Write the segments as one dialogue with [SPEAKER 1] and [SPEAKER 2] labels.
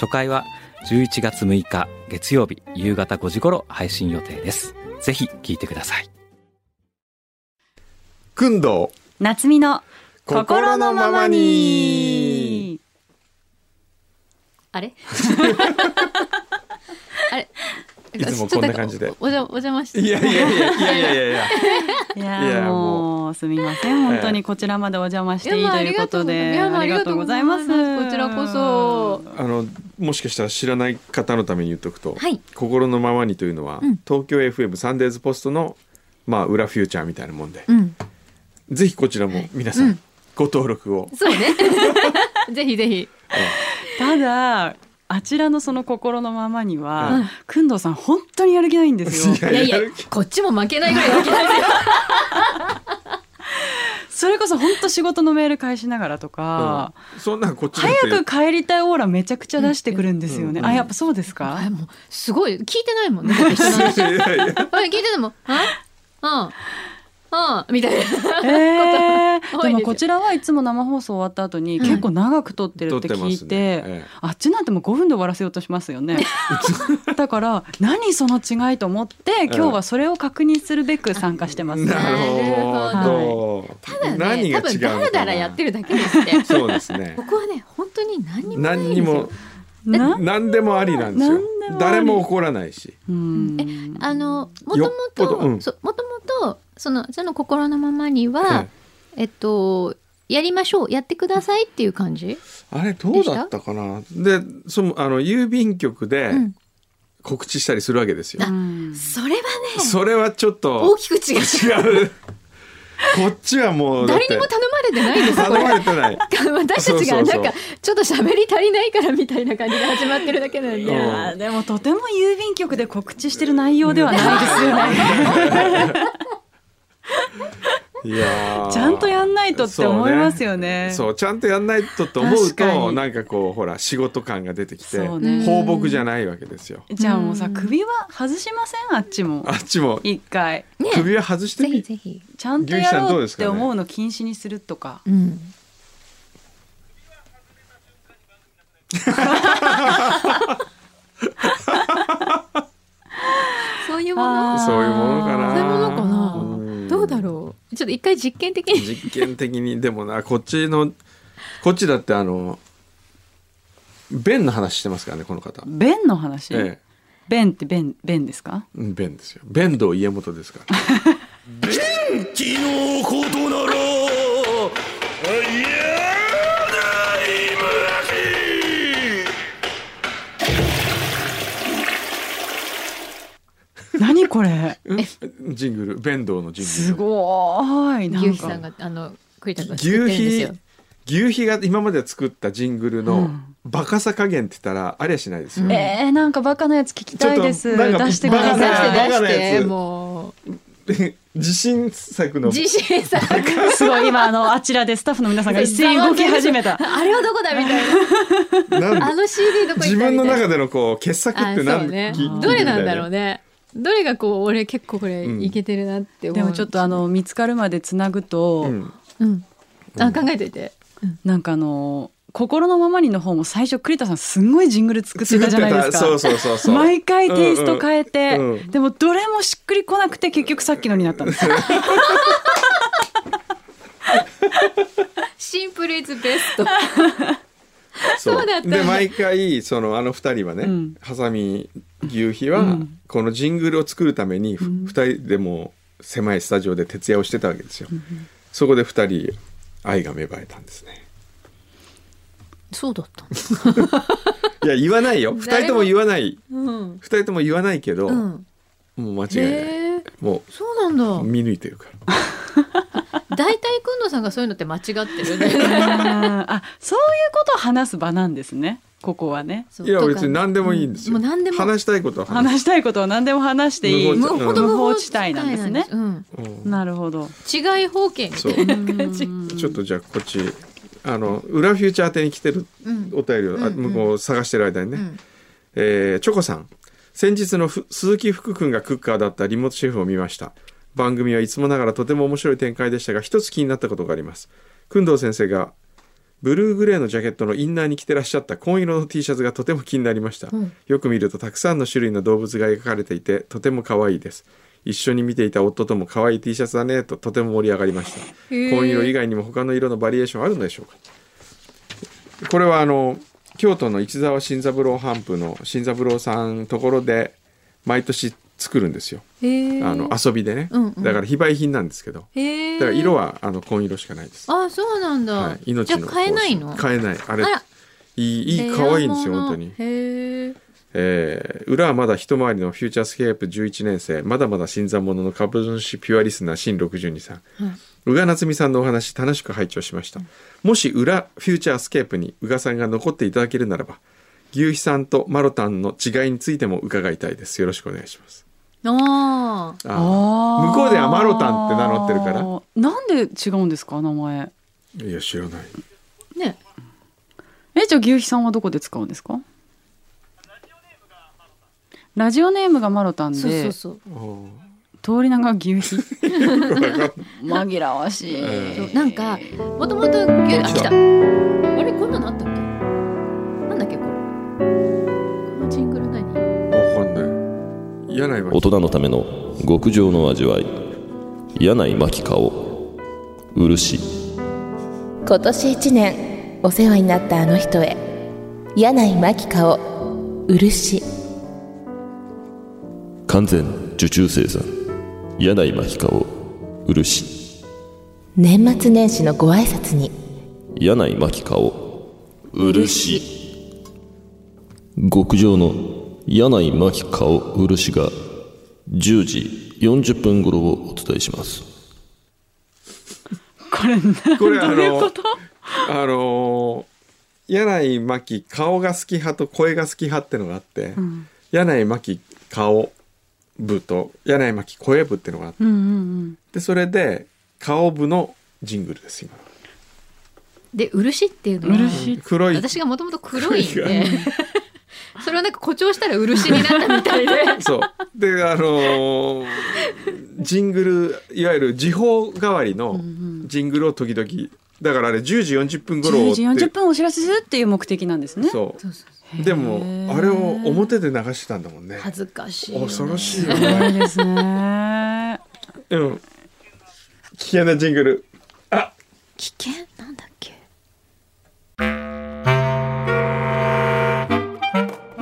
[SPEAKER 1] 初回は11月6日月曜日夕方5時頃配信予定ですぜひ聞いてください
[SPEAKER 2] くんど
[SPEAKER 3] 夏美の
[SPEAKER 2] 心
[SPEAKER 3] 心
[SPEAKER 2] の
[SPEAKER 3] の
[SPEAKER 2] ま
[SPEAKER 3] ま
[SPEAKER 2] ま
[SPEAKER 3] ま
[SPEAKER 2] に
[SPEAKER 3] に。
[SPEAKER 4] あれあれ
[SPEAKER 2] いつもこんな感じで
[SPEAKER 4] ちょっとおじゃお邪魔して
[SPEAKER 2] いやいやいやいやいやいや
[SPEAKER 3] い
[SPEAKER 2] いや
[SPEAKER 3] や
[SPEAKER 2] も
[SPEAKER 3] もうすみません本当にこちらまでお邪魔していいということで
[SPEAKER 4] いやまあ
[SPEAKER 3] あ
[SPEAKER 4] あ
[SPEAKER 3] り
[SPEAKER 4] り
[SPEAKER 3] が
[SPEAKER 4] が
[SPEAKER 3] と
[SPEAKER 4] と
[SPEAKER 3] う
[SPEAKER 4] う
[SPEAKER 3] ご
[SPEAKER 4] ご
[SPEAKER 3] ざ
[SPEAKER 4] ざ
[SPEAKER 3] い
[SPEAKER 4] い
[SPEAKER 3] ま
[SPEAKER 4] ますすこちらこそ
[SPEAKER 2] あのもしかしたら知らない方のために言っとくと「
[SPEAKER 4] はい
[SPEAKER 2] 心のままに」というのは、
[SPEAKER 4] うん
[SPEAKER 2] 東京 FM サンデーズポストの、まあ、裏フューチャーみたいなもんで、
[SPEAKER 4] うん
[SPEAKER 2] ぜひこちらも皆さん、
[SPEAKER 4] うん
[SPEAKER 2] ご登録を
[SPEAKER 4] そうねぜひぜひ
[SPEAKER 3] ただあちらのその心のままに
[SPEAKER 2] う
[SPEAKER 3] はくんどうさん本当にやる気ないんですよ
[SPEAKER 2] いや
[SPEAKER 4] いやいや
[SPEAKER 2] やる気
[SPEAKER 4] こっちも負けないぐらい負けない
[SPEAKER 3] それこそ本当仕事のメール返しながらとか
[SPEAKER 2] そんなんこっちだって
[SPEAKER 3] 早く帰りたいオーラめちゃくちゃ出してくるんですよね
[SPEAKER 2] うん
[SPEAKER 3] あやっぱそうですか
[SPEAKER 4] あもうすごい聞いてないもんねだって人の話
[SPEAKER 2] いやいや
[SPEAKER 4] あれ聞いてても「あうんうん」みたいな
[SPEAKER 3] え
[SPEAKER 4] すよ
[SPEAKER 3] ーでもこちらはいつも生放送終わった後に結構長く撮ってる
[SPEAKER 2] 撮っ
[SPEAKER 3] って
[SPEAKER 2] て
[SPEAKER 3] 聞
[SPEAKER 2] ま
[SPEAKER 3] い
[SPEAKER 2] す
[SPEAKER 3] て、
[SPEAKER 2] ね、え
[SPEAKER 3] あっちなんてもう5分で終わらせようとしますよ ねだから何その違いと思って今日はそれを確認するべく参加してま
[SPEAKER 2] え
[SPEAKER 3] す、
[SPEAKER 2] なる
[SPEAKER 4] な
[SPEAKER 2] ほ
[SPEAKER 3] る
[SPEAKER 2] ど、
[SPEAKER 4] ただね
[SPEAKER 2] 何が
[SPEAKER 4] 多
[SPEAKER 2] 違う
[SPEAKER 4] 分
[SPEAKER 2] のかな
[SPEAKER 4] ダラダラやってるだけですって
[SPEAKER 2] そうですね
[SPEAKER 4] ここはね本当に 何にもない
[SPEAKER 2] 何
[SPEAKER 4] んです
[SPEAKER 2] に
[SPEAKER 4] よ
[SPEAKER 2] も
[SPEAKER 3] な
[SPEAKER 2] 何でもありなんですよ
[SPEAKER 3] 何でもあり
[SPEAKER 2] 誰も怒らないし
[SPEAKER 3] うん
[SPEAKER 4] えあのもと
[SPEAKER 2] よっ
[SPEAKER 4] も
[SPEAKER 2] ぽど
[SPEAKER 4] と
[SPEAKER 2] うん
[SPEAKER 4] そうもともとそのその心のままに
[SPEAKER 2] え
[SPEAKER 4] は、えっとやりましょうやってくださいっていう感じ、
[SPEAKER 2] あれどうだったかなでそのあの郵便局で
[SPEAKER 4] うん
[SPEAKER 2] 告知したりするわけですよ、
[SPEAKER 3] うん
[SPEAKER 4] それはね
[SPEAKER 2] それはちょっと
[SPEAKER 4] 大きく違う
[SPEAKER 2] 違 うこっちはもうだっ
[SPEAKER 4] 誰に
[SPEAKER 2] て
[SPEAKER 4] も頼まれてないんですよ
[SPEAKER 2] 頼
[SPEAKER 4] これ
[SPEAKER 2] まれてない
[SPEAKER 4] 私たち
[SPEAKER 2] そ
[SPEAKER 4] が
[SPEAKER 2] うそう
[SPEAKER 4] な
[SPEAKER 2] そうん
[SPEAKER 4] かちょっと喋り足りないからみたいな感じで始まってるだけなん
[SPEAKER 3] い
[SPEAKER 4] で
[SPEAKER 3] やーでもとても郵便局で告知してる内容ではないですよね
[SPEAKER 2] いやー
[SPEAKER 3] ちゃんとやんないとって思いますよね
[SPEAKER 2] そう,、そうちゃんとやんないとと思う
[SPEAKER 3] 確か
[SPEAKER 2] と
[SPEAKER 3] に
[SPEAKER 2] なんかこうほら仕事感が出てきて、
[SPEAKER 3] そうね
[SPEAKER 2] 放牧じゃないわけですよ
[SPEAKER 3] じゃあもうさ
[SPEAKER 4] うん
[SPEAKER 3] 首は外しませんあっちも
[SPEAKER 2] あっちも
[SPEAKER 3] 一回
[SPEAKER 2] 首は外して
[SPEAKER 4] ぜ
[SPEAKER 2] み、
[SPEAKER 4] ひぜひ
[SPEAKER 3] ちゃんとやろうって思うの禁止にするとか
[SPEAKER 4] うんそういうもの
[SPEAKER 3] あー
[SPEAKER 2] そういうものかな
[SPEAKER 4] そういうものか
[SPEAKER 2] うん
[SPEAKER 4] などうだろうちょっと一回実験的に
[SPEAKER 2] 実験的にでもなこっちのこっちだってあの便の話してますからねこの方、
[SPEAKER 3] 弁の話、
[SPEAKER 2] ええ
[SPEAKER 3] 弁って弁弁で すか
[SPEAKER 2] うん便ですよ便道家元ですから
[SPEAKER 5] 気のことなら嫌ないむらし
[SPEAKER 3] 何これ
[SPEAKER 2] うんジングル便道のジングル
[SPEAKER 3] すごーいなんか
[SPEAKER 4] 牛皮さんがあの栗田君が
[SPEAKER 2] 牛
[SPEAKER 4] 作ってるんです
[SPEAKER 2] 皮
[SPEAKER 4] よ
[SPEAKER 2] 牛皮が今まで作ったジングル
[SPEAKER 3] う
[SPEAKER 2] の
[SPEAKER 3] ん
[SPEAKER 2] バカさ加減って言ったらありゃしないですよ、
[SPEAKER 4] うん
[SPEAKER 3] えー、なんかバカなやつ聞きたいで
[SPEAKER 2] ち
[SPEAKER 3] す
[SPEAKER 2] ょっとなんか
[SPEAKER 3] 出してく
[SPEAKER 2] バ
[SPEAKER 3] だ
[SPEAKER 2] カな
[SPEAKER 3] さい
[SPEAKER 2] バカなや
[SPEAKER 4] 出して出し
[SPEAKER 2] つ
[SPEAKER 4] ても
[SPEAKER 2] で自信作
[SPEAKER 4] う
[SPEAKER 2] の
[SPEAKER 4] 自信 作
[SPEAKER 3] すごい今あのあちらでスタッフの皆さんが一斉に動き始めた
[SPEAKER 4] あれはどこだみたいな
[SPEAKER 2] なん
[SPEAKER 4] あの CD どこ行ったみたいな
[SPEAKER 2] 自分の中でのこう傑作
[SPEAKER 4] あ
[SPEAKER 2] って
[SPEAKER 4] そ
[SPEAKER 2] 何
[SPEAKER 4] うね
[SPEAKER 2] 聞いてみた
[SPEAKER 4] ど
[SPEAKER 2] い
[SPEAKER 4] れなんだろうねどれがこう俺結構これ
[SPEAKER 2] うん
[SPEAKER 4] いけてるなって思う、
[SPEAKER 3] でもちょっとあの見つかるまでつなぐと、
[SPEAKER 2] うん
[SPEAKER 4] うんあ考えてて
[SPEAKER 3] なんかあの心のままにの方も最初栗田さんすんごいジングル作ってたじゃないですか
[SPEAKER 2] そうそうそうそう
[SPEAKER 3] 毎回テイスト変えて、
[SPEAKER 2] うんうん
[SPEAKER 3] でもどれもしっくりこなくて結局さっきのになった んですよ
[SPEAKER 4] シンプルイズベス ト
[SPEAKER 2] そう
[SPEAKER 4] そうだったんだ
[SPEAKER 2] で毎回そのあの二人はね、
[SPEAKER 3] うん
[SPEAKER 2] ハサミ牛皮
[SPEAKER 3] う
[SPEAKER 2] は
[SPEAKER 3] ん
[SPEAKER 2] このジングルを作るためにふ二人でもう狭いスタジオで徹夜をしてたわけですよ、そこで二人愛が芽生えたんです ね
[SPEAKER 4] そうだった
[SPEAKER 2] いや言わないよ二人とも言わない
[SPEAKER 4] うん
[SPEAKER 2] 二人とも言わないけど、
[SPEAKER 4] うん
[SPEAKER 2] もう間違いない
[SPEAKER 4] へえ
[SPEAKER 2] も
[SPEAKER 4] そうなんだ
[SPEAKER 2] う見抜いてるから
[SPEAKER 4] 大 体くんのさんがそういうのって間違ってるね
[SPEAKER 3] あーあそういうことを話す場なんですねここはね
[SPEAKER 4] そう
[SPEAKER 2] いや
[SPEAKER 4] とか
[SPEAKER 2] 別に何でもいいんですよ。
[SPEAKER 4] もう何でも
[SPEAKER 2] 話したいことは話す。
[SPEAKER 3] 話したいことは何でも話していい
[SPEAKER 2] 無
[SPEAKER 4] も
[SPEAKER 2] 法
[SPEAKER 4] う
[SPEAKER 2] 地
[SPEAKER 4] ほんと
[SPEAKER 3] 無
[SPEAKER 4] 無
[SPEAKER 3] 法
[SPEAKER 4] 法
[SPEAKER 3] 地
[SPEAKER 4] 地
[SPEAKER 3] 帯
[SPEAKER 4] 帯
[SPEAKER 3] な
[SPEAKER 4] なん
[SPEAKER 3] で
[SPEAKER 4] んですす
[SPEAKER 3] ね
[SPEAKER 4] ね。
[SPEAKER 2] うん
[SPEAKER 3] なるほど
[SPEAKER 4] うん、違い方形みた
[SPEAKER 2] そ
[SPEAKER 4] いうな。
[SPEAKER 2] ちょっとじゃあこっちあの裏フューチャー宛てに来てる
[SPEAKER 4] うん
[SPEAKER 2] お便りを、あ
[SPEAKER 4] うんうん
[SPEAKER 2] 向こう探してる間にね、
[SPEAKER 4] うん
[SPEAKER 2] えーチョコさん先日のふ鈴木福君がクッカーだったリモートシェフを見ました番組はいつもながらとても面白い展開でしたが一つ気になったことがあります工藤先生がブルーグレーのジャケットのインナーに着てらっしゃった紺色の T シャツがとても気になりました、
[SPEAKER 4] うん
[SPEAKER 2] よく見るとたくさんの種類の動物が描かれていてとても可愛いです一緒に見ていた夫とも可愛い T シャツだねととても盛り上がりました
[SPEAKER 4] へえ
[SPEAKER 2] 紺色以外にも他の色のバリエーションあるのでしょうかこれはあの京都の市沢新三郎頒布の新三郎さんところで毎年作るんですよ
[SPEAKER 4] へー
[SPEAKER 2] あの遊びでね、
[SPEAKER 4] うんうん
[SPEAKER 2] だから非売品なんですけどだ
[SPEAKER 4] へー
[SPEAKER 2] から色はあの紺色しかないです、
[SPEAKER 4] あそうなんだ、
[SPEAKER 2] はい、命の
[SPEAKER 4] じゃあ買えないの
[SPEAKER 2] 買えないあれ
[SPEAKER 4] あら
[SPEAKER 2] いいいい可愛いんですよ本当に
[SPEAKER 4] へえ
[SPEAKER 2] えー裏はまだ一回りのフューチャースケープ11年生まだまだ新参者の株主ピュアリスナー新62さん、宇賀夏美さんのお話楽しく拝聴しました、もし裏フューチャースケープに宇賀さんが残っていただけるならば牛肥さんとマロタンの違いについても伺いたいですよろしくお願いします
[SPEAKER 4] あー
[SPEAKER 2] あー向こうではマロタンって名乗ってるから
[SPEAKER 3] なんで違うんですか名前
[SPEAKER 2] らいや知らない
[SPEAKER 4] ね
[SPEAKER 3] えじゃあ牛肥さんはどこで使うんですかラジオネームがマロタンで
[SPEAKER 4] そうそうそう
[SPEAKER 3] 通り名が牛皮紛らわしい、
[SPEAKER 4] そうなんかもともと牛
[SPEAKER 2] 来
[SPEAKER 4] あ来
[SPEAKER 2] た
[SPEAKER 4] たあれこんなのあったっけなんだっけこれこのジングル何
[SPEAKER 2] 分かんない嫌な今
[SPEAKER 6] 大人のための極上の味わい柳井真紀顔漆
[SPEAKER 7] 今年一年お世話になったあの人へ柳井真紀顔漆
[SPEAKER 6] 完全受注生産柳井真紀顔漆
[SPEAKER 7] 年末年始のご挨拶に
[SPEAKER 6] 柳井真紀顔漆極上の柳井真紀顔漆が10時40分頃をお伝えします
[SPEAKER 3] これ
[SPEAKER 2] これあ
[SPEAKER 3] どういうこ
[SPEAKER 2] の
[SPEAKER 3] と
[SPEAKER 2] あのー柳井真紀顔が好き派と声が好き派ってのがあって、柳井真紀顔部と柳井真紀声部ってのがあって、でそれで顔部のジングルです今
[SPEAKER 4] で漆っていうのは
[SPEAKER 3] 漆
[SPEAKER 2] 黒い
[SPEAKER 4] 私がもともと黒いんで それはなんか誇張したら漆になったみたいで
[SPEAKER 2] そうであのージングルいわゆる時報代わりのジングルを時々だからあれ10時40分頃
[SPEAKER 3] 10時
[SPEAKER 2] って
[SPEAKER 3] 40分お知らせするっていう目的なんですね
[SPEAKER 2] そう
[SPEAKER 4] そうそうそ
[SPEAKER 2] でもあれを表で流してたんだもんね
[SPEAKER 4] う恥ずかしいよね
[SPEAKER 2] 恐ろしいよ
[SPEAKER 3] すご
[SPEAKER 2] ね
[SPEAKER 3] いですね
[SPEAKER 2] うん。危険なジングル。
[SPEAKER 4] 危険なんだっけ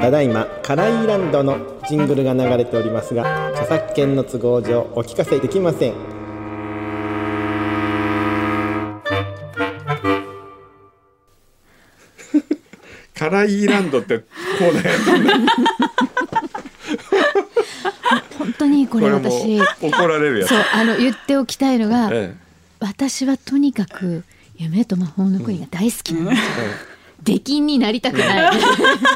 [SPEAKER 8] ただいまカライランドのジングルが流れておりますが著作権の都合上お聞かせできません
[SPEAKER 2] カライランドってこうだよ。
[SPEAKER 4] 本当 にこれ私
[SPEAKER 2] う怒られるやつ
[SPEAKER 4] そ。うあの言っておきたいのが、
[SPEAKER 2] え
[SPEAKER 4] 私はとにかく夢と魔法の国が大好きなんですよ、出禁になりたくない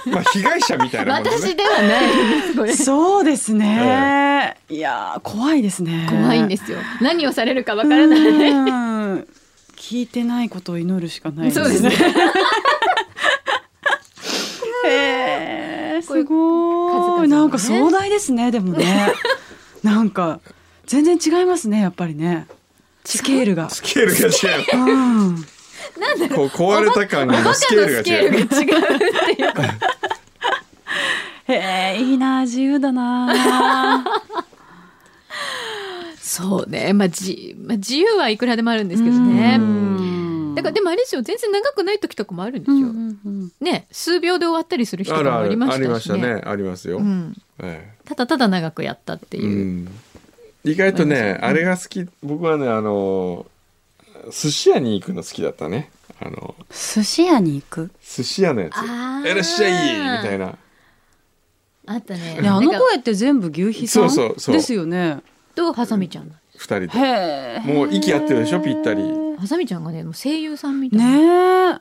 [SPEAKER 2] えまあ被害者みたいなもんです
[SPEAKER 4] 私
[SPEAKER 2] ね。
[SPEAKER 4] ではないですこれ
[SPEAKER 3] そうですね、いやー怖いですね
[SPEAKER 4] 怖いんですすよ何をされるかわからない
[SPEAKER 3] 聞いてないことを祈るしかない
[SPEAKER 4] そうですね
[SPEAKER 3] へー
[SPEAKER 4] こ
[SPEAKER 3] す
[SPEAKER 4] ういう
[SPEAKER 3] ごい、
[SPEAKER 4] 数々のね
[SPEAKER 3] なんか壮大ですねでも ねなんか全然違いますねやっぱりねスケールが
[SPEAKER 2] スケールが違う。
[SPEAKER 3] うん
[SPEAKER 2] こう壊れた感のスケールが違う。
[SPEAKER 4] ルが違う
[SPEAKER 3] へえいいな自由だな
[SPEAKER 4] そうねまあじ、まあ、自由はいくらでもあるんですけどねだからでもあれですよ全然長くない時とかもあるんですよ、ね数秒で終わったりする人
[SPEAKER 2] あ
[SPEAKER 4] と
[SPEAKER 2] る
[SPEAKER 4] かも
[SPEAKER 2] あ
[SPEAKER 4] あり
[SPEAKER 2] る
[SPEAKER 4] ま
[SPEAKER 2] ありま
[SPEAKER 4] した
[SPEAKER 2] し
[SPEAKER 4] したね
[SPEAKER 2] ね。ありますよ
[SPEAKER 4] う。ん、
[SPEAKER 2] え
[SPEAKER 4] ただただ長くやったって
[SPEAKER 2] えう
[SPEAKER 4] いう、
[SPEAKER 2] ん。意外とねあれが好き。僕はねあの寿司屋に行くの好きだったね。あの
[SPEAKER 3] 寿司屋に行く
[SPEAKER 2] 寿司屋のやつ。
[SPEAKER 4] あー
[SPEAKER 2] いらっしゃいみたいな。
[SPEAKER 4] あったね
[SPEAKER 3] ねあの
[SPEAKER 4] なんか
[SPEAKER 3] 声って全部牛皮さん
[SPEAKER 2] そうそうそう
[SPEAKER 3] ですよね
[SPEAKER 4] とハサミちゃんなんです
[SPEAKER 2] 二人で。
[SPEAKER 3] へえ
[SPEAKER 2] もう息合ってるでしょぴったり。
[SPEAKER 4] ハサミちゃんがねもう声優さんみたいな、
[SPEAKER 3] ねえ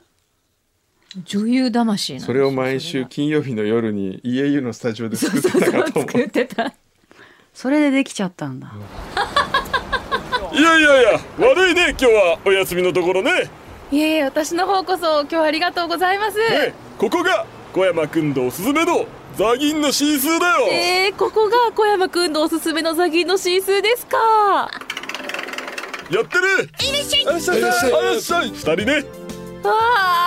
[SPEAKER 4] 女優魂なんです
[SPEAKER 2] そ
[SPEAKER 4] よ
[SPEAKER 2] れを毎週金曜日の夜に EAU のスタジオで
[SPEAKER 4] そ
[SPEAKER 2] 作
[SPEAKER 4] れ
[SPEAKER 2] っ
[SPEAKER 4] が
[SPEAKER 2] て
[SPEAKER 4] そ
[SPEAKER 2] たかと
[SPEAKER 4] うそうそう
[SPEAKER 2] 思
[SPEAKER 4] 作って た
[SPEAKER 3] それでできちゃったんだ。
[SPEAKER 5] いやいやいや悪いね今日はお休みのところね
[SPEAKER 7] いえいえ私の方こそ今日はありがとうございます
[SPEAKER 5] ええここが小山君堂すずめ堂ザギンの真数だよ、
[SPEAKER 7] えー、ここが小山くんのおすすめのザギンの真数ですか
[SPEAKER 5] やってるいらっしゃいいらっしゃいいらっしゃい二人ね
[SPEAKER 7] わ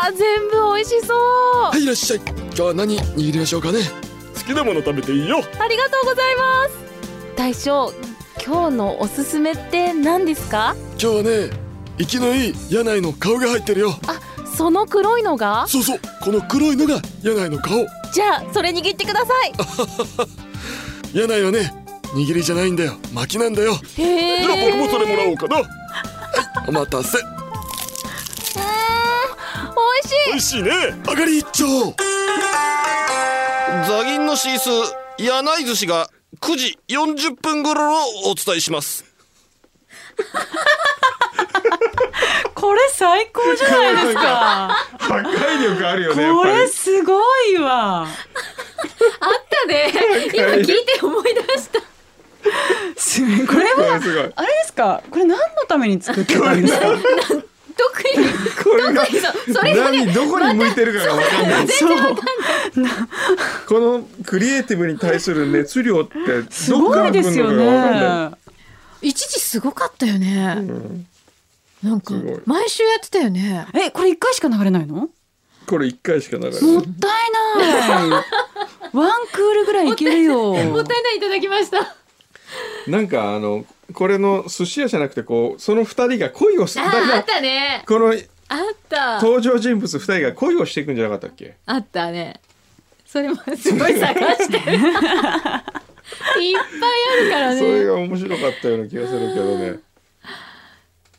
[SPEAKER 7] あ全部美味しそう
[SPEAKER 9] はい、いらっしゃい。今日は何握りましょうかね。
[SPEAKER 5] 好きなもの食べていいよ
[SPEAKER 7] ありがとうございます大将今日のおすすめって何ですか
[SPEAKER 9] 今日はね、生きのいい柳井の顔が入ってるよ。
[SPEAKER 7] その黒いのが
[SPEAKER 9] そうそう、この黒いのが柳井の顔。
[SPEAKER 7] じゃあそれ握ってください
[SPEAKER 9] 柳井はね、握りじゃないんだよ。巻きなんだよ。
[SPEAKER 7] へ
[SPEAKER 5] じゃあ僕もそれもらおうかな
[SPEAKER 9] お待たせ。
[SPEAKER 7] 美味しい
[SPEAKER 5] 美味しいね
[SPEAKER 9] 上がり一丁。
[SPEAKER 6] ザギンのシース柳井寿司が9時40分頃をお伝えします
[SPEAKER 3] これ最高じゃな いですか。
[SPEAKER 2] 破壊力あるよ
[SPEAKER 3] こ
[SPEAKER 2] ねやっぱ
[SPEAKER 3] れ
[SPEAKER 2] り
[SPEAKER 3] すごいわ。
[SPEAKER 4] あったね今聞いて思い出 した
[SPEAKER 3] すごいこれ
[SPEAKER 2] これ
[SPEAKER 3] は
[SPEAKER 2] すごい
[SPEAKER 3] あれですか。これ何のために作ってたんですか。
[SPEAKER 4] 特に特にそうそれがね
[SPEAKER 2] 何どこに向いてるかが分かんない
[SPEAKER 3] そう。
[SPEAKER 2] このクリエイティブに対する熱量って
[SPEAKER 3] す
[SPEAKER 2] どっか
[SPEAKER 3] ご
[SPEAKER 2] ら
[SPEAKER 3] い
[SPEAKER 2] 来
[SPEAKER 3] で
[SPEAKER 2] る
[SPEAKER 3] す
[SPEAKER 2] のか
[SPEAKER 3] よ
[SPEAKER 2] が分かんない
[SPEAKER 3] ね。
[SPEAKER 4] 一時すごかったよね、なんか
[SPEAKER 2] すごい
[SPEAKER 4] 毎週やってたよね
[SPEAKER 3] え、これ一回しか流れないの？
[SPEAKER 2] これ一回しかなかった
[SPEAKER 3] もったいない。ワンクールぐらいいけるよ。
[SPEAKER 4] もったいないいただきました
[SPEAKER 2] なんかあのこれの寿司屋じゃなくてこうその二人が恋をする
[SPEAKER 4] ああったね
[SPEAKER 2] この
[SPEAKER 4] あった
[SPEAKER 2] 登場人物二人が恋をしていくんじゃなかったっけ
[SPEAKER 4] あったねそれもすごい探してるいっぱいあるから
[SPEAKER 2] それ
[SPEAKER 4] ね
[SPEAKER 2] が面白かったような気がするけどね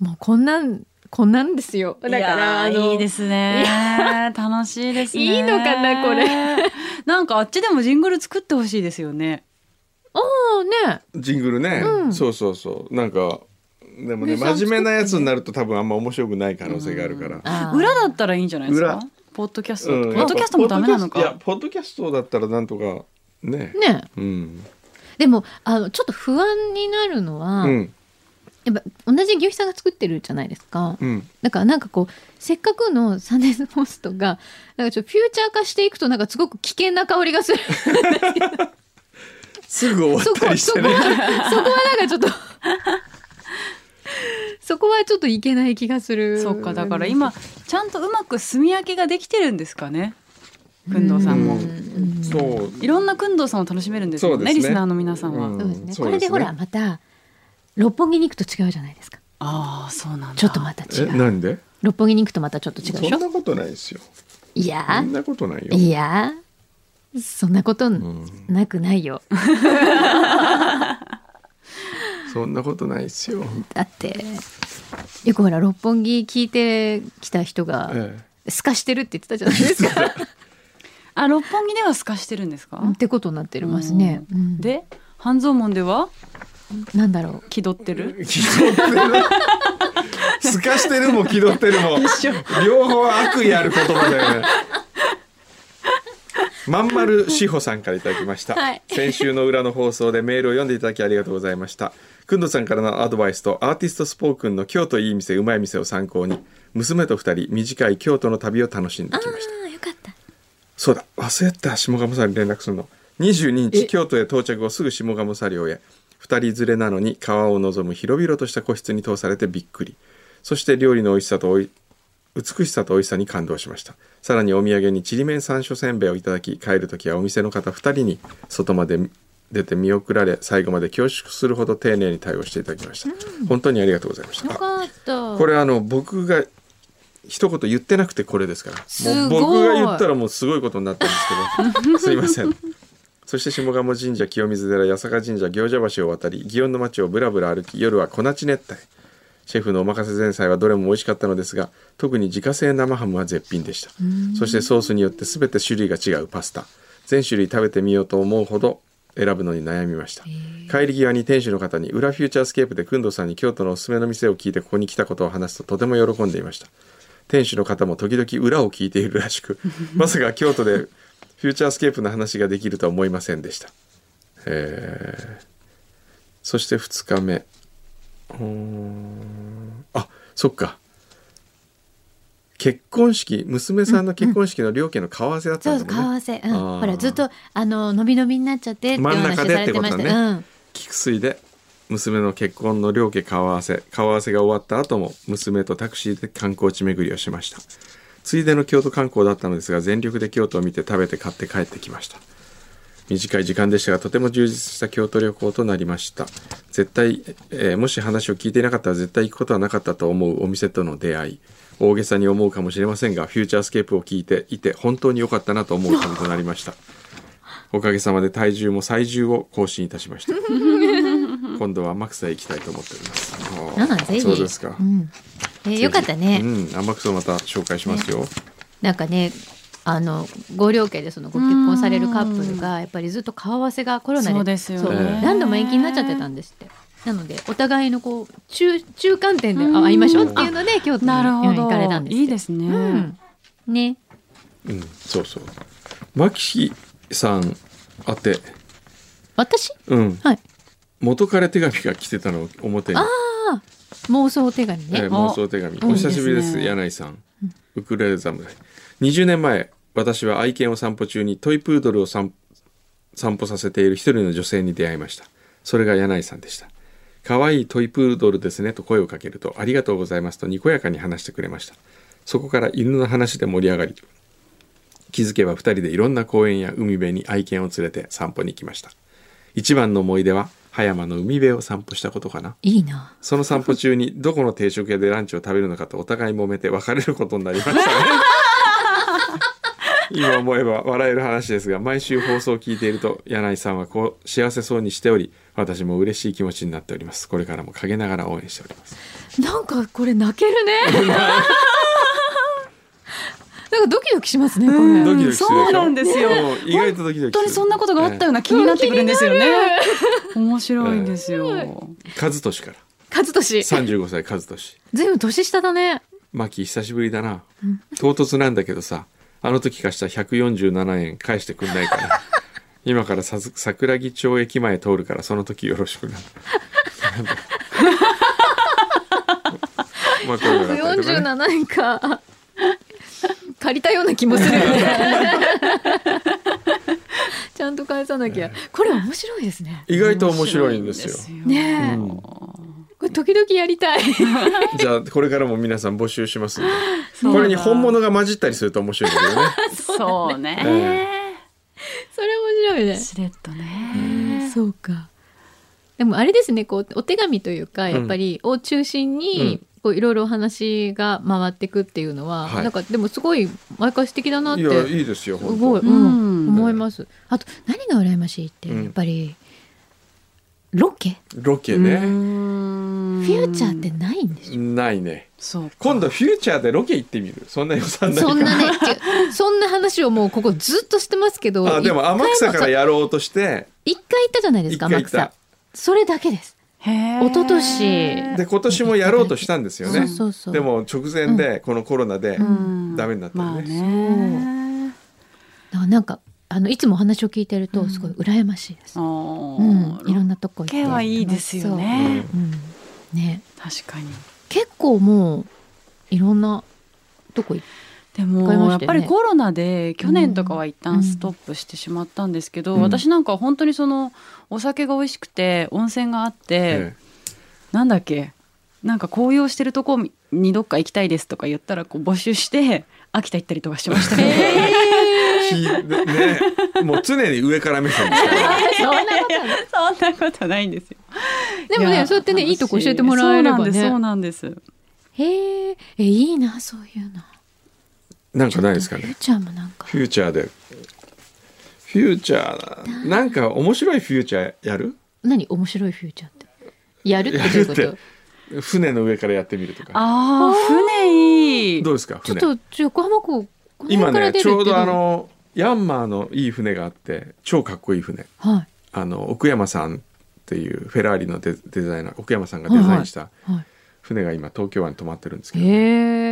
[SPEAKER 4] もうこんなんこんなんですよだからあ
[SPEAKER 3] いやー
[SPEAKER 4] の
[SPEAKER 3] いいですね楽しいですね
[SPEAKER 4] いいのかなこれ
[SPEAKER 3] なんかあっちでもジングル作ってほしいですよね
[SPEAKER 4] ああね
[SPEAKER 2] ジングルね、
[SPEAKER 4] うん
[SPEAKER 2] そうそうそうなんかでもね
[SPEAKER 4] ね
[SPEAKER 2] 真面目なやつになると多分あんま面白くない可能性があるから、
[SPEAKER 4] あー
[SPEAKER 3] 裏だったらいいんじゃないです
[SPEAKER 2] 裏
[SPEAKER 3] かポッドキャスト、
[SPEAKER 2] うん
[SPEAKER 3] ポッドキャストもダメなの
[SPEAKER 2] いや
[SPEAKER 3] か
[SPEAKER 2] ポッドキャストだったらなんとかね
[SPEAKER 4] ね
[SPEAKER 2] うん、
[SPEAKER 4] でもあのちょっと不安になるのは、
[SPEAKER 2] うん
[SPEAKER 4] やっぱ同じ牛肥さんが作ってるじゃないですか、
[SPEAKER 2] うん
[SPEAKER 4] だからなんかこうせっかくのサンデーズポストがなんかちょっとフューチャー化していくとなんかすごく危険な香りがす る
[SPEAKER 2] すぐ終わ
[SPEAKER 4] そ
[SPEAKER 2] った
[SPEAKER 4] こ
[SPEAKER 2] りし
[SPEAKER 4] そ
[SPEAKER 2] て
[SPEAKER 4] こ
[SPEAKER 2] ね
[SPEAKER 4] はそこはなんかちょっとそこはちょっといけない気がする
[SPEAKER 3] そうかだから今ちゃんとうまく住み分けができてるんですかねくんどうさんも
[SPEAKER 4] うん
[SPEAKER 2] そう
[SPEAKER 3] いろんなくんどうさんを楽しめるんですよ
[SPEAKER 2] そうで
[SPEAKER 3] ね
[SPEAKER 2] すね
[SPEAKER 3] リスナーの皆さんは、
[SPEAKER 2] うん
[SPEAKER 4] そうですね
[SPEAKER 2] そ
[SPEAKER 4] こ
[SPEAKER 2] うですね
[SPEAKER 4] れでほらまた六本木に行くと違うじゃないですか
[SPEAKER 3] ああそうなんだ
[SPEAKER 4] ちょっとまた違
[SPEAKER 2] え
[SPEAKER 4] う
[SPEAKER 2] なんで
[SPEAKER 4] 六本木に行くとまたちょっと違う
[SPEAKER 2] そ
[SPEAKER 4] で
[SPEAKER 2] ん
[SPEAKER 4] しょ
[SPEAKER 2] なことないですよ
[SPEAKER 4] い
[SPEAKER 2] そ
[SPEAKER 4] や
[SPEAKER 2] んなことないよ
[SPEAKER 4] いやそんなことなくないよ、
[SPEAKER 2] そんなことないですよ、
[SPEAKER 4] だってよくほら六本木聞いてきた人が、
[SPEAKER 2] ええ
[SPEAKER 4] すかしてるって言ってたじゃないです か。
[SPEAKER 3] あ六本木では透かしてるんですか、
[SPEAKER 4] ってことになってますね。うん
[SPEAKER 3] で半蔵門では
[SPEAKER 4] なんだろ
[SPEAKER 3] 気取ってる
[SPEAKER 2] 気取ってる すかしてるも気取ってるも両方悪意ある言葉だよねまんまるしほさんからいただきました、
[SPEAKER 4] はい
[SPEAKER 2] 先週の裏の放送でメールを読んでいただきありがとうございましたくんどさんからのアドバイスとアーティストスポークンの京都いい店うまい店を参考に娘と二人短い京都の旅を楽しんできました
[SPEAKER 4] う。ああよかった。
[SPEAKER 2] そうだ忘れてた下鴨サリ連絡するの22日京都へ到着後すぐ下鴨サリオへ二人連れなのに川を望む広々とした個室に通されてびっくりそして料理の美味しさとおい美しさと美味しさに感動しましたさらにお土産にちりめん山椒せんべいをいただき帰る時はお店の方二人に外まで出て見送られ最後まで恐縮するほど丁寧に対応していただきました、本当にありがとうございました
[SPEAKER 4] よかった。
[SPEAKER 2] これあの僕が一言言ってなくてこれですからもう
[SPEAKER 4] すごい
[SPEAKER 2] 僕が言ったらもうすごいことになったんですけどすいませ んそして下鴨神社清水寺八坂神社行者橋を渡り祇園の町をぶらぶら歩き夜は粉地熱帯シェフのお任せ前菜はどれも美味しかったのですが特に自家製生ハムは絶品でしたそしてソースによって全て種類が違うパスタ全種類食べてみようと思うほど選ぶのに悩みました帰り際に店主の方に「裏フューチャースケープ」で工藤さんに京都のおすすめの店を聞いてここに来たことを話すととても喜んでいました店主の方も時々裏を聞いているらし くまさか京都でフューチャースケープの話ができるとは思いませんでしたえーそして2日目うーんあそっか結婚式娘さんの結婚式の両家の顔合わせだった
[SPEAKER 4] そ
[SPEAKER 2] ん
[SPEAKER 4] う
[SPEAKER 2] だ
[SPEAKER 4] 顔
[SPEAKER 2] もんね、
[SPEAKER 4] 合わせ、うん、
[SPEAKER 2] あー
[SPEAKER 4] ほらずっとあの伸び伸びになっちゃってってお
[SPEAKER 2] 真ん
[SPEAKER 4] 話
[SPEAKER 2] 中
[SPEAKER 4] さ
[SPEAKER 2] でっ
[SPEAKER 4] れ
[SPEAKER 2] て
[SPEAKER 4] て
[SPEAKER 2] こ
[SPEAKER 4] ま
[SPEAKER 2] と
[SPEAKER 4] し
[SPEAKER 2] だ
[SPEAKER 4] た
[SPEAKER 2] ね、菊水で娘の結婚の両家顔合わせ顔合わせが終わった後も娘とタクシーで観光地巡りをしましたついでの京都観光だったのですが全力で京都を見て食べて買って帰ってきました短い時間でしたがとても充実した京都旅行となりました絶対、えーもし話を聞いていなかったら絶対行くことはなかったと思うお店との出会い大げさに思うかもしれませんがフューチャースケープを聞いていて本当に良かったなと思う旅となりましたおかげさまで体重も最重を更新いたしま した今度は天草へ行きたいと思っております。
[SPEAKER 4] うん、うん、ぜひ
[SPEAKER 2] そうですか。
[SPEAKER 4] うんえーよかったね、
[SPEAKER 2] うん、天草また紹介しますよ。
[SPEAKER 4] なんかねあのご両家でそのご結婚されるカップルがやっぱりずっと顔合わせがコロナで
[SPEAKER 3] そうですよね
[SPEAKER 4] そう
[SPEAKER 2] ええ
[SPEAKER 4] 何度も延期になっちゃってたんですってなのでお互いのこう中中間点であ会いましょうっていうので京都に
[SPEAKER 3] なるほど
[SPEAKER 4] 行かれたんですって
[SPEAKER 3] いいですね、
[SPEAKER 4] うんね
[SPEAKER 2] うん、そうそう。マキさん宛て、
[SPEAKER 4] 私
[SPEAKER 2] うん、
[SPEAKER 4] はい
[SPEAKER 2] 元彼手紙が来てたのを表に、
[SPEAKER 4] 妄想手紙
[SPEAKER 2] え
[SPEAKER 4] ね、
[SPEAKER 2] ー妄想手紙。
[SPEAKER 3] お
[SPEAKER 2] お久しぶりで
[SPEAKER 3] いい
[SPEAKER 2] す、
[SPEAKER 3] ですね
[SPEAKER 2] 柳井さん。ウクレレ侍。20年前、私は愛犬を散歩中にトイプードルを散散歩させている一人の女性に出会いました。それが柳井さんでした。可愛いトイプードルですねと声をかけると、ありがとうございますとにこやかに話してくれました。そこから犬の話で盛り上がり、気づけば2人でいろんな公園や海辺に愛犬を連れて散歩に行きました。一番の思い出は、葉山の海辺を散歩したことかな。
[SPEAKER 4] いいな
[SPEAKER 2] その散歩中にどこの定食屋でランチを食べるのかとお互い揉めて別れることになりましたね。 今思えば笑える話ですが毎週放送を聞いていると柳井さんはこう幸せそうにしており私も嬉しい気持ちになっておりますこれからも陰ながら応援しております
[SPEAKER 4] なんかこれ泣けるねなんかドキドキしますねこれ、
[SPEAKER 2] ドキドキするでしょ
[SPEAKER 3] そうなんですよ
[SPEAKER 2] もう意外とドキドキ
[SPEAKER 3] 本
[SPEAKER 2] す
[SPEAKER 3] 当
[SPEAKER 2] る
[SPEAKER 3] にそんなことがあったような気になってくるんですよね、面白いんですよ、
[SPEAKER 2] ええ和俊から
[SPEAKER 4] 和俊
[SPEAKER 2] 35歳和俊
[SPEAKER 4] 全部年下だね
[SPEAKER 2] マキ久しぶりだな唐突なんだけどさあの時貸した147円返してくんないから 今からさず桜木町駅前通るからその時よろしく なまあこういうのがあったりとかね
[SPEAKER 4] 47円か借りたような気もするよねちゃんと返さなきゃこれ面白いですね
[SPEAKER 2] 意外と面白いんですよ
[SPEAKER 4] ねえ、これ時々やり たい
[SPEAKER 2] じゃあこれからも皆さん募集しますんでこれに本物が混じったりすると面白いけどね
[SPEAKER 3] そうね、
[SPEAKER 2] え
[SPEAKER 4] それ面白いね
[SPEAKER 3] しれっと
[SPEAKER 4] うん
[SPEAKER 3] ね、
[SPEAKER 4] そうか。でもあれですね、こうお手紙というか、やっぱりを中心に、こういろいろお話が回ってくっていうのは、
[SPEAKER 2] はい
[SPEAKER 4] なんかでもすごい毎回素敵だなっ
[SPEAKER 2] いや
[SPEAKER 4] て。
[SPEAKER 2] いいですよ
[SPEAKER 4] す
[SPEAKER 2] 本当
[SPEAKER 4] ごい、う、
[SPEAKER 3] うんん
[SPEAKER 4] 思います。あと何が羨ましいって、
[SPEAKER 2] うん
[SPEAKER 4] やっぱり。ロケ、
[SPEAKER 2] ロケね
[SPEAKER 3] フ
[SPEAKER 4] フューチャーってないんですよ。
[SPEAKER 2] ないね
[SPEAKER 3] そうか
[SPEAKER 2] 今度フューチャーでロケ行ってみるそんな予算ないか
[SPEAKER 4] そんなね、 違うそんな話をもうここずっとしてますけど。
[SPEAKER 2] あでも天草からやろうとして
[SPEAKER 4] 一回行ったじゃないですか、
[SPEAKER 2] 一回
[SPEAKER 4] 天
[SPEAKER 2] 行った
[SPEAKER 4] 草。それだけです。
[SPEAKER 3] へ
[SPEAKER 4] 一昨年
[SPEAKER 2] で今年もやろうとしたんですよね。
[SPEAKER 4] そうそうそう
[SPEAKER 2] でも直前でこのコロナでダメになった
[SPEAKER 3] ま
[SPEAKER 2] の
[SPEAKER 3] あ
[SPEAKER 2] ね。
[SPEAKER 3] ね
[SPEAKER 4] だからなんかあのいつもお話を聞いてるとすごい羨ましいです。う
[SPEAKER 3] うん
[SPEAKER 4] ん、いろんなとこ行って。
[SPEAKER 3] ロケはいいですよね
[SPEAKER 4] そう。うん、ね、
[SPEAKER 3] 確かに
[SPEAKER 4] 結構もういろんなとこ行っ
[SPEAKER 3] で
[SPEAKER 4] わかりま
[SPEAKER 3] もや
[SPEAKER 4] したよ
[SPEAKER 3] っ
[SPEAKER 4] ね
[SPEAKER 3] ぱりコロナで去年とかは一旦ストップしてしまったんですけど、私なんかは本当にそのお酒が美味しくて温泉があって、
[SPEAKER 2] え
[SPEAKER 3] なんだっけなんか紅葉してるとこにどっか行きたいですとか言ったらこう募集して秋田行ったりとかしてましたね。
[SPEAKER 2] えひねもう常に上から目線ですから。
[SPEAKER 4] て。そんなこ
[SPEAKER 3] そんなことないんですよ。
[SPEAKER 4] でもね
[SPEAKER 3] や
[SPEAKER 4] そうやってね
[SPEAKER 3] 楽し
[SPEAKER 4] いいとこ教えてもらえればね
[SPEAKER 3] そうなんです。そうなんです
[SPEAKER 4] へえ、えいいなそういうの。
[SPEAKER 2] なんかないですか
[SPEAKER 4] ゆう
[SPEAKER 2] ね。
[SPEAKER 4] ちゃんもなんか。
[SPEAKER 2] フューチャーで。フューチャーなんか面白いフューチャーやる？
[SPEAKER 4] 何面白いフューチャーって。やるってどういうこ
[SPEAKER 2] やる
[SPEAKER 4] と
[SPEAKER 2] っ。船の上からやってみるとか。
[SPEAKER 3] ああ船いい。
[SPEAKER 2] どうですか
[SPEAKER 4] ちょっ
[SPEAKER 2] 船？
[SPEAKER 4] とちょ横浜港この
[SPEAKER 2] 今
[SPEAKER 4] 辺から
[SPEAKER 2] ね
[SPEAKER 4] 出るっ
[SPEAKER 2] ち
[SPEAKER 4] て
[SPEAKER 2] ょうどあ
[SPEAKER 4] の
[SPEAKER 2] のヤンマーのいい船があって超かっこいい船。
[SPEAKER 4] は
[SPEAKER 2] あの奥山さんっていうフェラーリのデデザイナー奥山さんがデザインした
[SPEAKER 4] いは
[SPEAKER 2] 船が今東京湾に泊まってるんですけ
[SPEAKER 4] い。
[SPEAKER 2] ど。
[SPEAKER 4] へ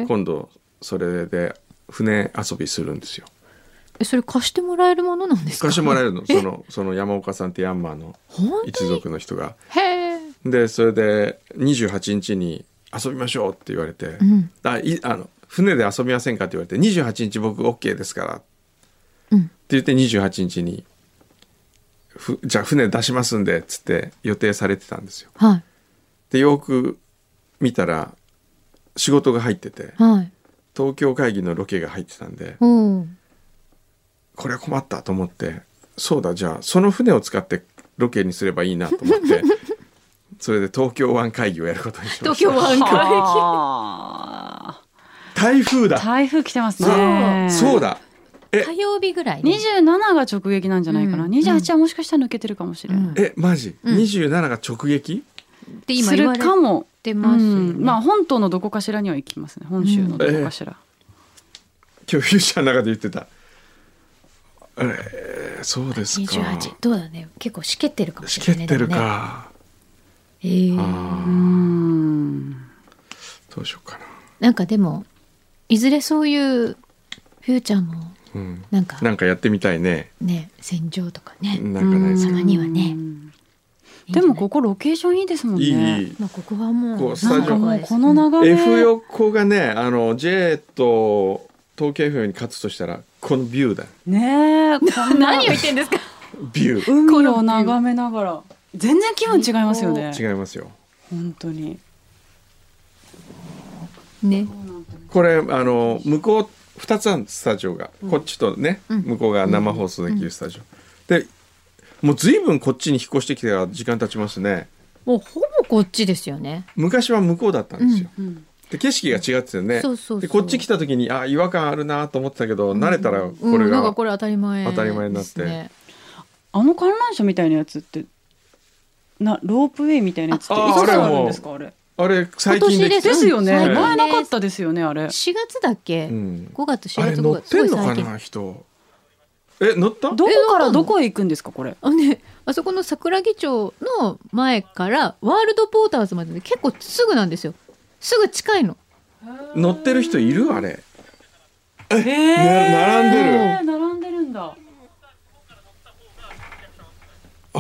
[SPEAKER 4] え。
[SPEAKER 2] 今度それで船遊びするんですよ
[SPEAKER 4] えそれ貸してもらえるものなんですか
[SPEAKER 2] 貸してもらえるのそ
[SPEAKER 4] え
[SPEAKER 2] のその山岡さんってヤンマーの
[SPEAKER 4] 本
[SPEAKER 2] 一族の人が
[SPEAKER 4] へえ
[SPEAKER 2] でそれで28日に遊びましょうって言われて、
[SPEAKER 4] うん
[SPEAKER 2] あいあの船で遊びませんかって言われて28日僕 OK ですから、
[SPEAKER 4] うん
[SPEAKER 2] って言って28日にふじゃあ船出しますんでっつって予定されてたんですよ
[SPEAKER 4] は
[SPEAKER 2] でよく見たら仕事が入ってて
[SPEAKER 4] いはい
[SPEAKER 2] 東京会議のロケが入ってたんで
[SPEAKER 4] うん
[SPEAKER 2] これは困ったと思ってそうだじゃあその船を使ってロケにすればいいなと思って それで東京湾会議をやることにしま
[SPEAKER 4] 東
[SPEAKER 2] した
[SPEAKER 4] 京湾会
[SPEAKER 3] あ
[SPEAKER 2] 台風だ
[SPEAKER 3] ー 台風来てますね。
[SPEAKER 2] そうだ
[SPEAKER 4] 議火曜日ぐらいね
[SPEAKER 3] 二十七が直撃なんじゃないかな。二十八はもしかしたら抜けてるかもしれない。
[SPEAKER 2] えマジ、
[SPEAKER 4] うん
[SPEAKER 2] 27が直撃
[SPEAKER 4] って今
[SPEAKER 3] す
[SPEAKER 4] 言わ
[SPEAKER 3] る
[SPEAKER 4] れ
[SPEAKER 3] かも。
[SPEAKER 4] てますよね
[SPEAKER 3] うんまあ本島のどこかしらには行きますね。本州のどこかしら。
[SPEAKER 2] 今日フューチャーの中で言ってたえー、そうですか
[SPEAKER 4] 28どうだね結構しけってるかも
[SPEAKER 2] し
[SPEAKER 4] しれ
[SPEAKER 2] け
[SPEAKER 4] ない
[SPEAKER 2] っ
[SPEAKER 4] ね
[SPEAKER 2] てる
[SPEAKER 4] でもね
[SPEAKER 2] か、
[SPEAKER 4] えー
[SPEAKER 3] うーん。
[SPEAKER 2] どうしようかな
[SPEAKER 4] なんかでもいずれそういうフューチャーも
[SPEAKER 2] うん
[SPEAKER 4] なんか
[SPEAKER 2] なんかやってみたいね
[SPEAKER 4] ね戦場とかね
[SPEAKER 2] なんかないです
[SPEAKER 4] た
[SPEAKER 2] か
[SPEAKER 4] まにはねいいんじ
[SPEAKER 3] で
[SPEAKER 4] ゃない
[SPEAKER 3] もここロケーションいいですもんね。
[SPEAKER 2] いいいい
[SPEAKER 4] まあここはもう
[SPEAKER 2] こうス
[SPEAKER 3] な
[SPEAKER 2] タ
[SPEAKER 3] ん
[SPEAKER 2] ジ
[SPEAKER 3] か
[SPEAKER 2] オ
[SPEAKER 3] もうこの流れ。
[SPEAKER 2] F 横がねあの J と東京 F に勝つとしたらこのビューだ
[SPEAKER 3] ねえ、こん な
[SPEAKER 4] 何を言ってんですか
[SPEAKER 2] ビュー
[SPEAKER 3] 海を眺めながら全然気分違いますよね。
[SPEAKER 2] 違いますよ
[SPEAKER 3] 本当に。
[SPEAKER 4] ね
[SPEAKER 2] これあの向こう2つあるんですスタジオが、こっちとね、向こうが生放送できるスタジオ、でもう随分こっちに引っ越してきてから時間経ちますね
[SPEAKER 4] もうほぼこっちですよね
[SPEAKER 2] 昔は向こうだったんですよ、
[SPEAKER 3] うん
[SPEAKER 2] で景色が違ってたよね
[SPEAKER 4] そうそうそう
[SPEAKER 2] でこっち来た時にあ違和感あるなと思ってたけど、慣れたらこ
[SPEAKER 4] う
[SPEAKER 2] れ
[SPEAKER 4] ん、な
[SPEAKER 2] が
[SPEAKER 4] んかこれ当たり前、
[SPEAKER 2] 当たり前になって
[SPEAKER 4] ですね
[SPEAKER 3] あの観覧車みたいなやつって。なロープウェイみたいなやつってい
[SPEAKER 2] あ
[SPEAKER 3] くつあるんですかあれ
[SPEAKER 2] あれ最近でき
[SPEAKER 4] 今年
[SPEAKER 3] で
[SPEAKER 2] た
[SPEAKER 4] す
[SPEAKER 3] すよね、
[SPEAKER 4] うん
[SPEAKER 3] 前なかったですよねあれ
[SPEAKER 4] 4月だっけ、
[SPEAKER 2] うん
[SPEAKER 4] 5月4
[SPEAKER 2] あれ
[SPEAKER 4] 月
[SPEAKER 2] 乗
[SPEAKER 4] 5
[SPEAKER 2] っ
[SPEAKER 4] 月
[SPEAKER 2] てんのか
[SPEAKER 4] すごい
[SPEAKER 2] な人え乗った
[SPEAKER 3] どこからどこへ行くんですかこれ
[SPEAKER 4] あのね、あそこの桜木町の前からワールドポーターズまでで結構すぐなんですよすぐ近いの
[SPEAKER 2] 乗ってる人いるあれ
[SPEAKER 3] え
[SPEAKER 2] ね並んでるへ
[SPEAKER 3] ー並んでるんだ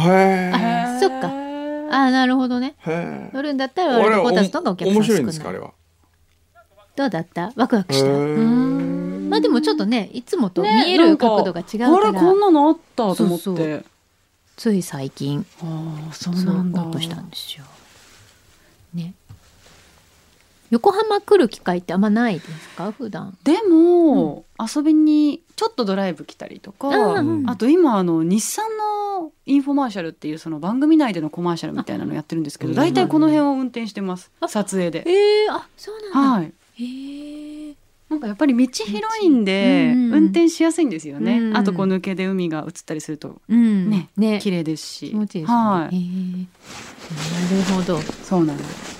[SPEAKER 2] え
[SPEAKER 4] あそっかああなるほどね
[SPEAKER 2] へえ
[SPEAKER 4] 乗るんだったら
[SPEAKER 2] あ
[SPEAKER 4] ワー
[SPEAKER 2] れ
[SPEAKER 4] ルド
[SPEAKER 2] は
[SPEAKER 4] ポ
[SPEAKER 2] お
[SPEAKER 4] ーターズの方がお客さ
[SPEAKER 2] 面
[SPEAKER 4] ん
[SPEAKER 2] 白
[SPEAKER 4] 少ない
[SPEAKER 2] いんですかあれは
[SPEAKER 4] どうだったワクワクした、
[SPEAKER 2] へえ
[SPEAKER 4] まあでもちょっとねいつもと見
[SPEAKER 3] ね
[SPEAKER 4] える角度が違うから、
[SPEAKER 3] あれこんなのあったと思って
[SPEAKER 4] そうそうつい最近
[SPEAKER 3] ああそう
[SPEAKER 4] そう
[SPEAKER 3] なん
[SPEAKER 4] オ
[SPEAKER 3] だ
[SPEAKER 4] ープンしたんですよね横浜来る機会ってあんまないですか普段
[SPEAKER 3] でも、遊びにちょっとドライブ来たりとか、
[SPEAKER 4] うん
[SPEAKER 3] あと今あの日産のインフォマーシャルっていうその番組内でのコマーシャルみたいなのやってるんですけど
[SPEAKER 2] あ
[SPEAKER 3] 大体この辺を運転してます
[SPEAKER 4] あ
[SPEAKER 3] 撮影で。
[SPEAKER 4] ええあそうなん
[SPEAKER 3] は
[SPEAKER 4] だ、
[SPEAKER 3] い、
[SPEAKER 4] へえ
[SPEAKER 3] なんかやっぱり道広いんで
[SPEAKER 4] うんうん
[SPEAKER 3] 運転しやすいんですよね、
[SPEAKER 4] うんうん
[SPEAKER 3] あとこう抜けで海が映ったりすると
[SPEAKER 4] うん
[SPEAKER 3] ね
[SPEAKER 4] ね
[SPEAKER 3] 綺麗ですし
[SPEAKER 4] 気持ちいいですね、
[SPEAKER 3] は
[SPEAKER 4] へ
[SPEAKER 3] い、
[SPEAKER 4] えなるほど
[SPEAKER 3] そうなんです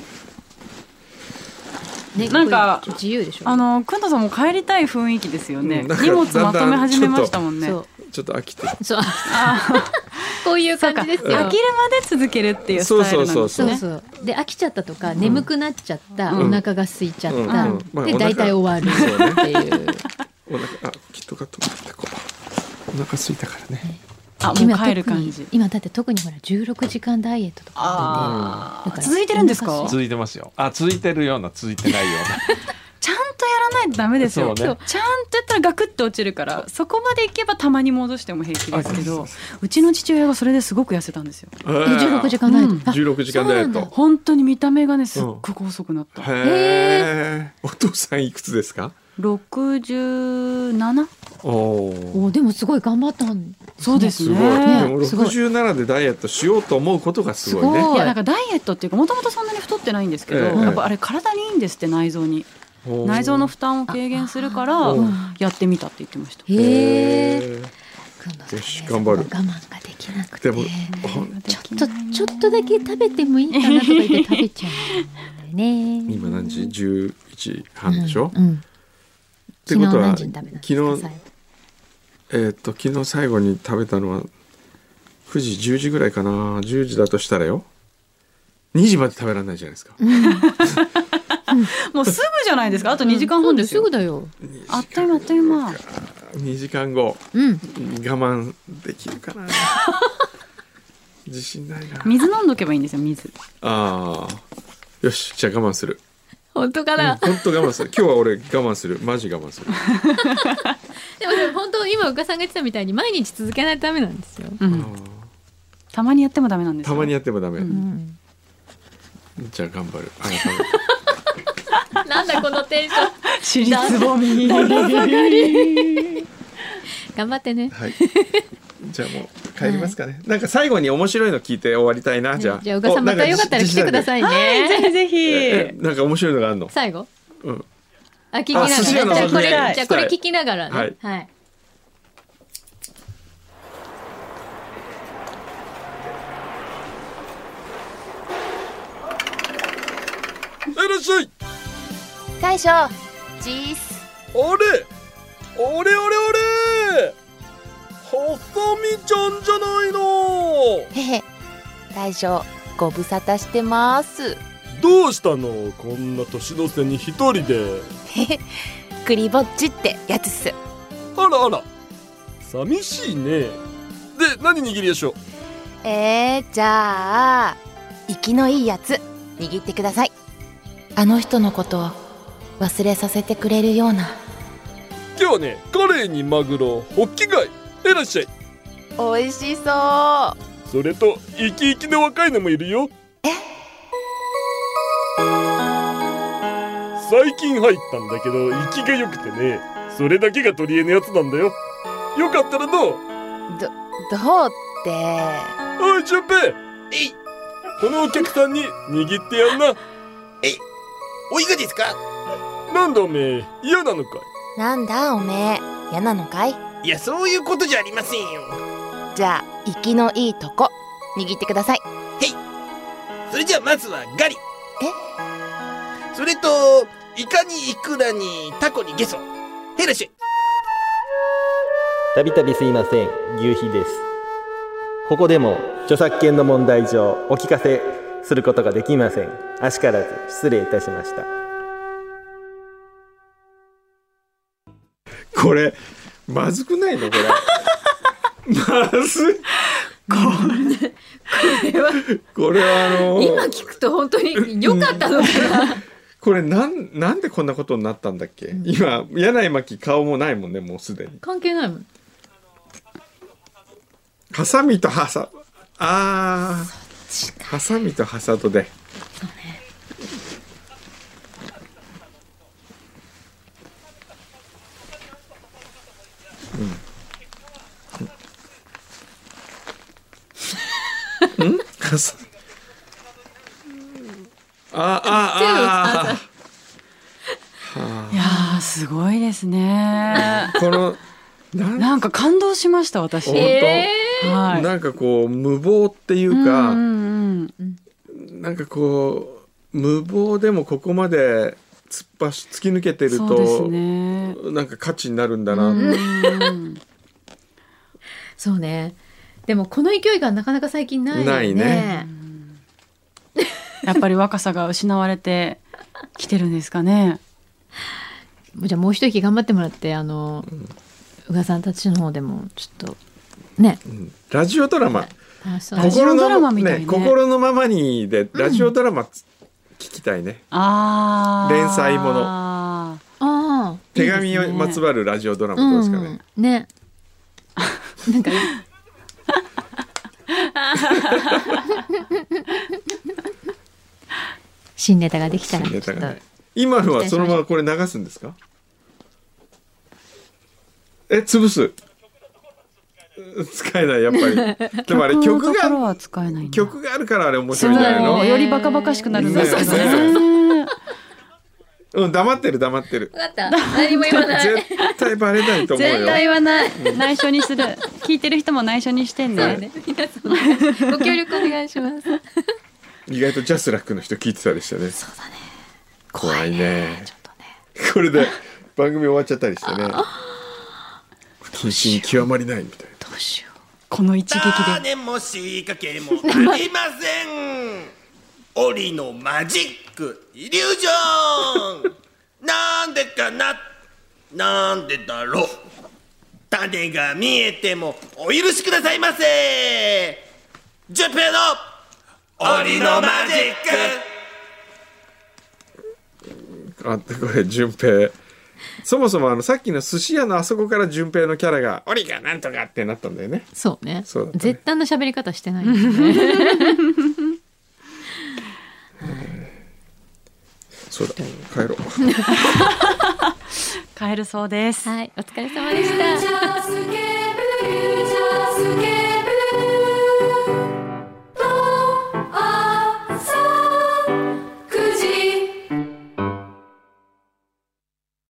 [SPEAKER 4] ね
[SPEAKER 3] なんか
[SPEAKER 4] こういう自由でしょ
[SPEAKER 3] あのくんとさんも帰りたい雰囲気ですよね、
[SPEAKER 2] うんなんか
[SPEAKER 3] 荷物まとめ始めましたもんね
[SPEAKER 4] そ
[SPEAKER 2] ちょっと飽きて
[SPEAKER 4] うそう こういう感じですよ
[SPEAKER 3] 飽きるまで続けるっていうスタイルなんですね
[SPEAKER 2] そうそうそ
[SPEAKER 4] そうそうで飽きちゃったとか、眠くなっちゃった、
[SPEAKER 2] うん
[SPEAKER 4] お腹が空いちゃった、
[SPEAKER 2] うんうん
[SPEAKER 4] で
[SPEAKER 2] まあ
[SPEAKER 4] 大体終わ
[SPEAKER 2] お
[SPEAKER 4] る
[SPEAKER 2] 腹
[SPEAKER 4] っていう
[SPEAKER 2] お腹あキットカット持ってこうお腹空いたからね
[SPEAKER 3] あもう帰る感
[SPEAKER 4] 今特
[SPEAKER 3] じ
[SPEAKER 4] に今だって特にほら16時間ダイエットとか
[SPEAKER 3] あ
[SPEAKER 4] だ
[SPEAKER 3] ー
[SPEAKER 4] から
[SPEAKER 3] 続いてるんですか
[SPEAKER 4] お腹空い
[SPEAKER 3] ち
[SPEAKER 5] 続いてますよあ続いてるような続いてないよ
[SPEAKER 3] ゃんとやらないとダメですよ、
[SPEAKER 5] そうね
[SPEAKER 3] ちゃんとやったらガクッと落ちるからそこまでいけばたまに戻しても平気ですけどうちの父親がそれですごく痩せたんですよ
[SPEAKER 4] え16時間ダイエット、あ
[SPEAKER 2] 16時間ダイエッ
[SPEAKER 4] そうな
[SPEAKER 2] ト
[SPEAKER 4] ん
[SPEAKER 3] 本当に見た目がねすっごく細くなった、
[SPEAKER 2] へえお父さんいくつですか
[SPEAKER 3] 67
[SPEAKER 2] おお
[SPEAKER 4] おでもすごい頑張ったん
[SPEAKER 3] そうですす
[SPEAKER 2] ご
[SPEAKER 3] ね
[SPEAKER 2] い、でも
[SPEAKER 4] すごい
[SPEAKER 2] 67でダイエットしようと思うことがすごいね
[SPEAKER 4] すご
[SPEAKER 3] いやなんかダイエットっていうかもともとそんなに太ってないんですけど、
[SPEAKER 2] ええ
[SPEAKER 3] やっぱあれ体にいいんですって内臓に
[SPEAKER 2] おー
[SPEAKER 3] 内臓の負担を軽減するから
[SPEAKER 2] うん
[SPEAKER 3] やってみたって言ってました
[SPEAKER 4] へえ
[SPEAKER 2] へー
[SPEAKER 4] くんのさんね
[SPEAKER 2] よし頑張る
[SPEAKER 4] そこが我慢ができなくて
[SPEAKER 2] でもほん
[SPEAKER 4] ちょっとちょっとだけ食べてもいいかなとか言って食べちゃうんだよね
[SPEAKER 2] 今何時11時半でしょ、
[SPEAKER 4] うんうん
[SPEAKER 2] てことは
[SPEAKER 4] 昨日何時に食べたんで
[SPEAKER 2] 昨日
[SPEAKER 4] すか最後
[SPEAKER 2] えーっと昨日最後に食べたのは9時10時ぐらいかな10時だとしたらよ2時まで食べられないじゃないですか、
[SPEAKER 3] もうすぐじゃないですかあと2時間半ですよ、
[SPEAKER 4] すぐだよ
[SPEAKER 3] あっという間あっという間
[SPEAKER 2] 2時間後、
[SPEAKER 4] うん
[SPEAKER 2] 我慢できるか な自信ないな
[SPEAKER 3] 水飲んどけばいいんですよ水
[SPEAKER 2] あーよしじゃあ我慢する
[SPEAKER 4] 本当かな、
[SPEAKER 2] 本当我慢する今日は俺我慢するマジ我慢する
[SPEAKER 4] でもでも本当今岡さんが言ってたみたいに毎日続けないとダメなんですよ、
[SPEAKER 3] たまにやってもダメなんです
[SPEAKER 2] た
[SPEAKER 3] よ
[SPEAKER 2] まにやってもダメ、
[SPEAKER 4] ん
[SPEAKER 2] じゃあ頑張るあ
[SPEAKER 4] なんだこのテンション
[SPEAKER 3] 尻つぼ み
[SPEAKER 4] だだ下がり頑張ってね
[SPEAKER 2] はいじゃあもう帰りますかね、なんか最後に面白いの聞いて終わりたいなじゃあ
[SPEAKER 4] じゃあ岡さんまたよかったら来てくださ
[SPEAKER 2] い
[SPEAKER 4] いね、
[SPEAKER 3] ぜひぜ
[SPEAKER 2] え
[SPEAKER 3] ひ
[SPEAKER 2] なんか面白いのがあるの、
[SPEAKER 4] 最後
[SPEAKER 2] うん、
[SPEAKER 4] あ聞きながら
[SPEAKER 2] あ
[SPEAKER 4] ね
[SPEAKER 2] 寿司
[SPEAKER 4] じ
[SPEAKER 2] 屋
[SPEAKER 4] ゃあ
[SPEAKER 2] の
[SPEAKER 4] これじ
[SPEAKER 2] はい
[SPEAKER 4] ゃあこれ聞きながらね
[SPEAKER 2] はい
[SPEAKER 4] はい
[SPEAKER 9] いらっしゃい
[SPEAKER 7] 大将ジース
[SPEAKER 9] あれあれあれあれハサミちゃんじゃないの
[SPEAKER 7] へへ大将ご無沙汰してます
[SPEAKER 5] どうしたのこんな年の瀬に一人で
[SPEAKER 7] クリぼっちってやつっす
[SPEAKER 5] あらあら寂しいねで何握りやしょう
[SPEAKER 7] えー、じゃあ生きのいいやつ握ってくださいあの人のこと忘れさせてくれるような
[SPEAKER 5] 今日はねカレイにマグロホッキ貝いらっしゃい
[SPEAKER 7] 美味しそう
[SPEAKER 5] それと生き生きの若いのもいるよ最近入ったんだけど生きが良くてねそれだけが取り柄のやつなんだよよかったらどう
[SPEAKER 7] どうって
[SPEAKER 5] おい順平えいこのお客さんに握ってやんなえいおいがですかなんだおめえ嫌なのか
[SPEAKER 7] なんだおめえ嫌なのかい
[SPEAKER 10] いやそういうことじゃありませんよ
[SPEAKER 7] じゃあ生きのいいとこ握ってください
[SPEAKER 10] それじゃあまずはガリえそれとイカにイクラにタコにゲソヘルシー
[SPEAKER 8] たびたびすいません牛皮ですここでも著作権の問題上お聞かせすることができませんあしからず失礼いたしました
[SPEAKER 2] これまずくないのこれまずいこれはあの
[SPEAKER 4] 今聞くと本当に良かったのかな
[SPEAKER 2] これなんなんでこんなことになったんだっけ、今柳巻顔もないもんねもうすでに
[SPEAKER 4] 関係ないもん
[SPEAKER 2] ハサミとハサあーハサミとハサとでうんんハサあああああ
[SPEAKER 3] いやーすごいで すね
[SPEAKER 2] このなん
[SPEAKER 3] なんか感動しました私
[SPEAKER 2] 本当
[SPEAKER 3] はい
[SPEAKER 2] なんかこう無謀っていうか、なんかこう無謀でもここまで突っ走突き抜けてる
[SPEAKER 3] そうです
[SPEAKER 2] と、
[SPEAKER 3] ね
[SPEAKER 2] なんか価値になるんだな、
[SPEAKER 4] そうねでもこの勢いがなかなか最近ないよね
[SPEAKER 2] ないね
[SPEAKER 3] やっぱり若さが失われてきてるんです かね
[SPEAKER 4] じゃあもう一息頑張ってもらってあの、宇賀さんたちの方でもちょっとね
[SPEAKER 2] うんラジオドラマ
[SPEAKER 4] 楽しそう
[SPEAKER 3] ラジオドラマみたいね
[SPEAKER 2] 心の心のままにでラジオドラマつ聞きたいね、
[SPEAKER 3] ああ
[SPEAKER 2] 連載もの
[SPEAKER 3] あ
[SPEAKER 4] ああ
[SPEAKER 2] 手紙にまつわるラジオドラマどうですかね、
[SPEAKER 4] うん、ね なんか新ネタができたら
[SPEAKER 2] 新ネタが
[SPEAKER 4] ちょっ
[SPEAKER 2] ね
[SPEAKER 4] と
[SPEAKER 2] 今のはそのままこれ流すんですかえ潰す 使えないやっぱりでもあれ曲
[SPEAKER 3] のとこ
[SPEAKER 2] が
[SPEAKER 3] ろは使えないんだ
[SPEAKER 2] 曲があるからあれ面白いんじゃない
[SPEAKER 3] そ
[SPEAKER 2] の
[SPEAKER 3] うよりバカバカしくなるんですけど
[SPEAKER 2] ねそう
[SPEAKER 3] ね
[SPEAKER 2] うん黙ってる黙ってる
[SPEAKER 4] わかった何も言わない
[SPEAKER 2] 絶対バレないと思うよ
[SPEAKER 3] 絶対はない内緒にする聞いてる人も内緒にしてんね
[SPEAKER 4] 皆さんお願いしご協力お願いします
[SPEAKER 2] 意外とジャスラックの人聞いてたりしてねそうだね怖いねこれで番組終わっちゃったりしてね不謹慎極まりないみたいな
[SPEAKER 3] この一撃で
[SPEAKER 10] 種も仕掛けもありませんオリのマジックイリュージョンなんでかななんでだろう種が見えてもお許しくださいませジュンペイのオリのマジック
[SPEAKER 2] あこれ順平そもそもあのさっきの寿司屋のあそこから順平のキャラが「オリがなんとか」ってなったんだよね
[SPEAKER 4] そうね
[SPEAKER 2] そうだったね
[SPEAKER 4] 絶対な喋り方してな いですね
[SPEAKER 2] そうだ帰ろう
[SPEAKER 3] 帰るそうです。
[SPEAKER 4] はい、お疲れ様でした。